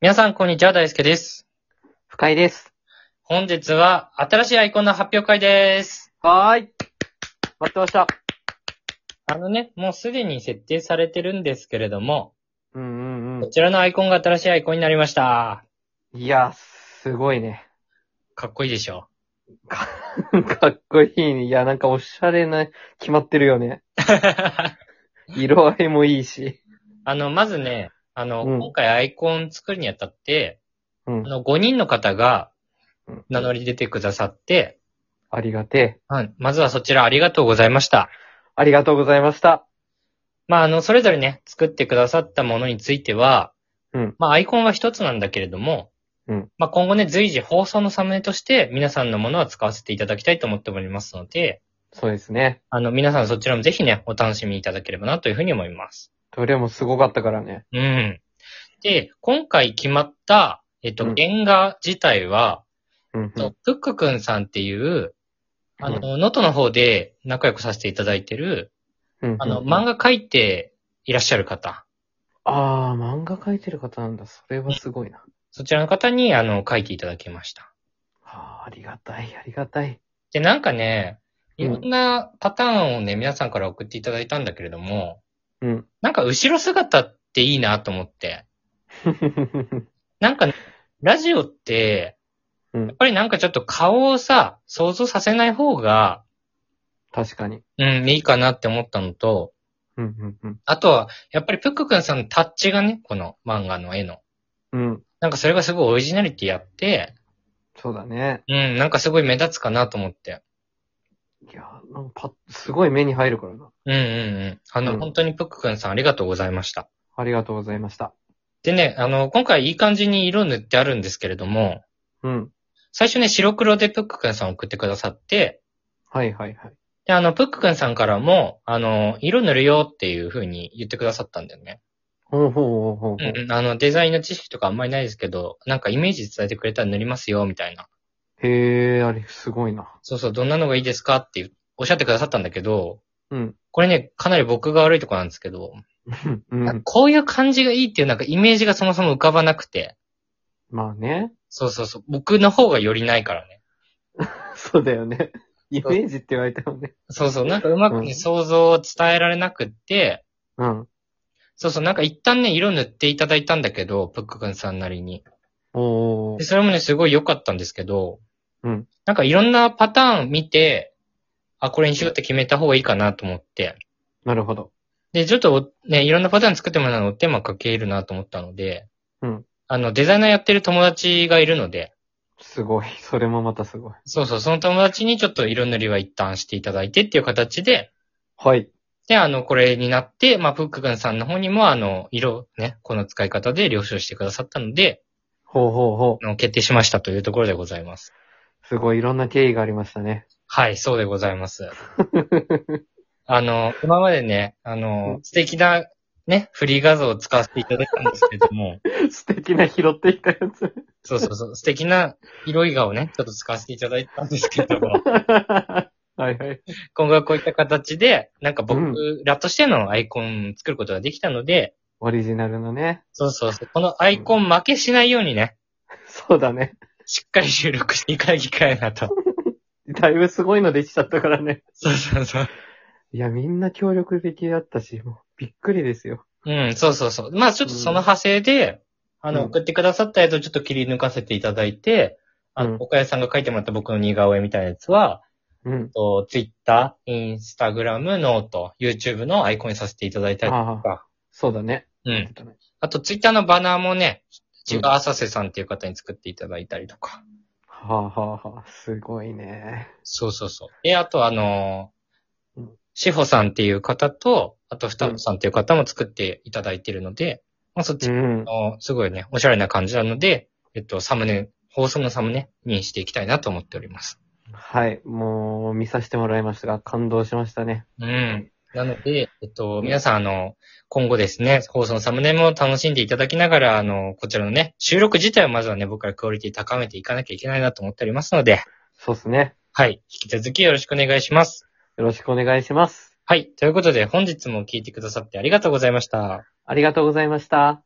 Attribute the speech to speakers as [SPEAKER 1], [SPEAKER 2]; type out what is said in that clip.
[SPEAKER 1] 皆さん、こんにちは。大輔です。
[SPEAKER 2] 深井です。
[SPEAKER 1] 本日は、新しいアイコンの発表会です。
[SPEAKER 2] はーい。待ってました。
[SPEAKER 1] あのね、もうすでに設定されてるんですけれども、
[SPEAKER 2] うんうん
[SPEAKER 1] こちらのアイコンが新しいアイコンになりました。
[SPEAKER 2] うん。いや、すごいね。
[SPEAKER 1] かっこいいでしょ。
[SPEAKER 2] かっこいいね。いや、なんかおしゃれな、決まってるよね。
[SPEAKER 1] あ
[SPEAKER 2] 色合いもいいし。
[SPEAKER 1] の、まずね、あの、
[SPEAKER 2] うん
[SPEAKER 1] 今回アイコン作るにあたって、
[SPEAKER 2] うん
[SPEAKER 1] あ。の、5人の方が
[SPEAKER 2] うん
[SPEAKER 1] 名乗り出てくださって、
[SPEAKER 2] ありがてえ。
[SPEAKER 1] はいまずはそちらありがとうございました。
[SPEAKER 2] ありがとうございました。
[SPEAKER 1] まあ、あの、それぞれね、作ってくださったものについては、
[SPEAKER 2] うん
[SPEAKER 1] まあ、アイコンは一つなんだけれども、
[SPEAKER 2] うん
[SPEAKER 1] まあ、今後ね、随時放送のサムネとして、皆さんのものは使わせていただきたいと思っておりますので、
[SPEAKER 2] そうですね。
[SPEAKER 1] あの、皆さんそちらもぜひね、お楽しみいただければなというふうに思います。
[SPEAKER 2] どれもすごかったからね。
[SPEAKER 1] うん。で、今回決まった、えっと、
[SPEAKER 2] うん
[SPEAKER 1] 原画自体は、
[SPEAKER 2] うん
[SPEAKER 1] えっとプックくんさんっていう、あの、能登の方で仲良くさせていただいてる、
[SPEAKER 2] うん。
[SPEAKER 1] あの、
[SPEAKER 2] うん
[SPEAKER 1] 漫。画描いていらっしゃる方、
[SPEAKER 2] あー、漫画描いてる方なんだ。それはすごいな。
[SPEAKER 1] そちらの方に、あの、書いていただきました。
[SPEAKER 2] あー、ありがたい、ありがたい。
[SPEAKER 1] で、なんかね、
[SPEAKER 2] う
[SPEAKER 1] いろ
[SPEAKER 2] ん
[SPEAKER 1] んなパターンをね、皆さんから送っていただいたんだけれども、
[SPEAKER 2] うん。
[SPEAKER 1] なんか後ろ姿っていいなと思って。なんかね、ラジオって、
[SPEAKER 2] うん
[SPEAKER 1] やっぱりなんかちょっと顔をさ、想像させない方が、
[SPEAKER 2] 確かに。
[SPEAKER 1] うん、いいかなって思ったのと、
[SPEAKER 2] うん、うん、
[SPEAKER 1] あとは、やっぱりプックくんさんのタッチがね、この漫画の絵の。
[SPEAKER 2] うん。うん。
[SPEAKER 1] なんかそれがすごいオリジナリティあって、
[SPEAKER 2] そうだね。
[SPEAKER 1] うん、なんかすごい目立つかなと思って。
[SPEAKER 2] いや、なんかパッ、すごい目に入るからな。
[SPEAKER 1] うんうんうん。あの、
[SPEAKER 2] うん
[SPEAKER 1] 本当にプックくんさんありがとうございました。
[SPEAKER 2] ありがとうございました。
[SPEAKER 1] でね、あの、今回いい感じに色塗ってあるんですけれども、
[SPEAKER 2] うん。
[SPEAKER 1] 最初ね、白黒でプックくんさん送ってくださって、
[SPEAKER 2] はいはいはい。
[SPEAKER 1] で、あの、プックくんさんからも、あの、色塗るよっていう風に言ってくださったんだよね。
[SPEAKER 2] ほうほうほうほう。
[SPEAKER 1] うんうん。あの、デザインの知識とかあんまりないですけど、なんかイメージ伝えてくれたら塗りますよ、みたいな。
[SPEAKER 2] へえ、あれ、すごいな。
[SPEAKER 1] そうそう、どんなのがいいですかっていうおっしゃってくださったんだけど、
[SPEAKER 2] うん。
[SPEAKER 1] これね、かなり僕が悪いとこなんですけど、
[SPEAKER 2] うん。
[SPEAKER 1] こういう感じがいいっていうなんかイメージがそもそも浮かばなくて、
[SPEAKER 2] まあね。
[SPEAKER 1] そうそうそう。僕の方がよりないからね。
[SPEAKER 2] そうだよね。イメージって言われてもね。
[SPEAKER 1] そうそう。なんかうまく
[SPEAKER 2] う
[SPEAKER 1] ね
[SPEAKER 2] ん
[SPEAKER 1] 想像を伝えられなくって、
[SPEAKER 2] うん。
[SPEAKER 1] そうそう。なんか一旦ね、色塗っていただいたんだけど、プックくんさんなりに。
[SPEAKER 2] お
[SPEAKER 1] で
[SPEAKER 2] ー。
[SPEAKER 1] それもね、すごい良かったんですけど、
[SPEAKER 2] うん。
[SPEAKER 1] なんかいろんなパターン見て、あ、これにしようって決めた方がいいかなと思って。
[SPEAKER 2] なるほど。
[SPEAKER 1] で、ちょっとおね、いろんなパターン作ってもらうのを手間かけるなと思ったので、
[SPEAKER 2] うん。
[SPEAKER 1] あの、デザイナーやってる友達がいるので、
[SPEAKER 2] すごい。それもまたすごい。
[SPEAKER 1] そうそう、その友達にちょっと色塗りは一旦していただいてっていう形で、
[SPEAKER 2] はい。
[SPEAKER 1] で、あの、これになって、まあ、プックくんさんの方にも、あの、色、ね、この使い方で了承してくださったので、
[SPEAKER 2] ほうほうほ
[SPEAKER 1] あの決定しましたというところでございます。
[SPEAKER 2] う。すごい、いろんな経緯がありましたね。
[SPEAKER 1] はい、そうでございます。あの、今までね、あの
[SPEAKER 2] う、ん
[SPEAKER 1] 素敵な、ね、フリー画像を使わせていただいたんですけども、
[SPEAKER 2] 素敵な拾ってきたやつ。
[SPEAKER 1] そうそうそう、素敵な色以画をね、ちょっと使わせていただいたんですけども、
[SPEAKER 2] はいはい。
[SPEAKER 1] 今後はこういった形で、なんか
[SPEAKER 2] う
[SPEAKER 1] 僕らとしてのアイコン作ることができたので、
[SPEAKER 2] オリジナルのね。
[SPEAKER 1] そうそうそう、このアイコン負けしないようにね、
[SPEAKER 2] そうだね。
[SPEAKER 1] しっかり収録していかなきゃいけないなと。
[SPEAKER 2] だいぶすごいのできちゃったからね。
[SPEAKER 1] そうそうそう。
[SPEAKER 2] いや、みんな協力的だったし、もう、びっくりですよ。
[SPEAKER 1] うん、そうそうそう。まあちょっとその派生で、あの、
[SPEAKER 2] うん
[SPEAKER 1] 送ってくださったやつをちょっと切り抜かせていただいて、あ
[SPEAKER 2] うん
[SPEAKER 1] の、岡谷さんが書いてもらった僕の似顔絵みたいなやつは、
[SPEAKER 2] うん。
[SPEAKER 1] と、Twitter、Instagram、ノート、YouTube のアイコンにさせていただいたりと
[SPEAKER 2] ああ、
[SPEAKER 1] か、
[SPEAKER 2] そうだね。
[SPEAKER 1] う
[SPEAKER 2] 言
[SPEAKER 1] ん
[SPEAKER 2] って。たね
[SPEAKER 1] あと Twitter のバナーもね、
[SPEAKER 2] う
[SPEAKER 1] 千
[SPEAKER 2] ん
[SPEAKER 1] 葉浅瀬さんっていう方に作っていただいたりとか。
[SPEAKER 2] はあ、はあはあ、すごいね。
[SPEAKER 1] そうそうそう。で、あとあのー
[SPEAKER 2] うん
[SPEAKER 1] 志保さんっていう方と、あと二野さんっていう方も作っていただいてるので、まあそっち、
[SPEAKER 2] ん
[SPEAKER 1] あ。のすごいね、おしゃれな感じなので、えっと、サムネ、放送のサムネにしていきたいなと思っております。
[SPEAKER 2] はい、もう見させてもらいましたが、感動しましたね。
[SPEAKER 1] うん。なので、えっと、皆さん、あの、今後ですね、放送のサムネも楽しんでいただきながら、あの、こちらのね、収録自体をまずはね、僕からクオリティ高めていかなきゃいけないなと思っておりますので、
[SPEAKER 2] そうっすね。
[SPEAKER 1] はい。引き続きよろしくお願いします。
[SPEAKER 2] よろしくお願いします。
[SPEAKER 1] はい。ということで、本日も聞いてくださってありがとうございました。
[SPEAKER 2] ありがとうございました。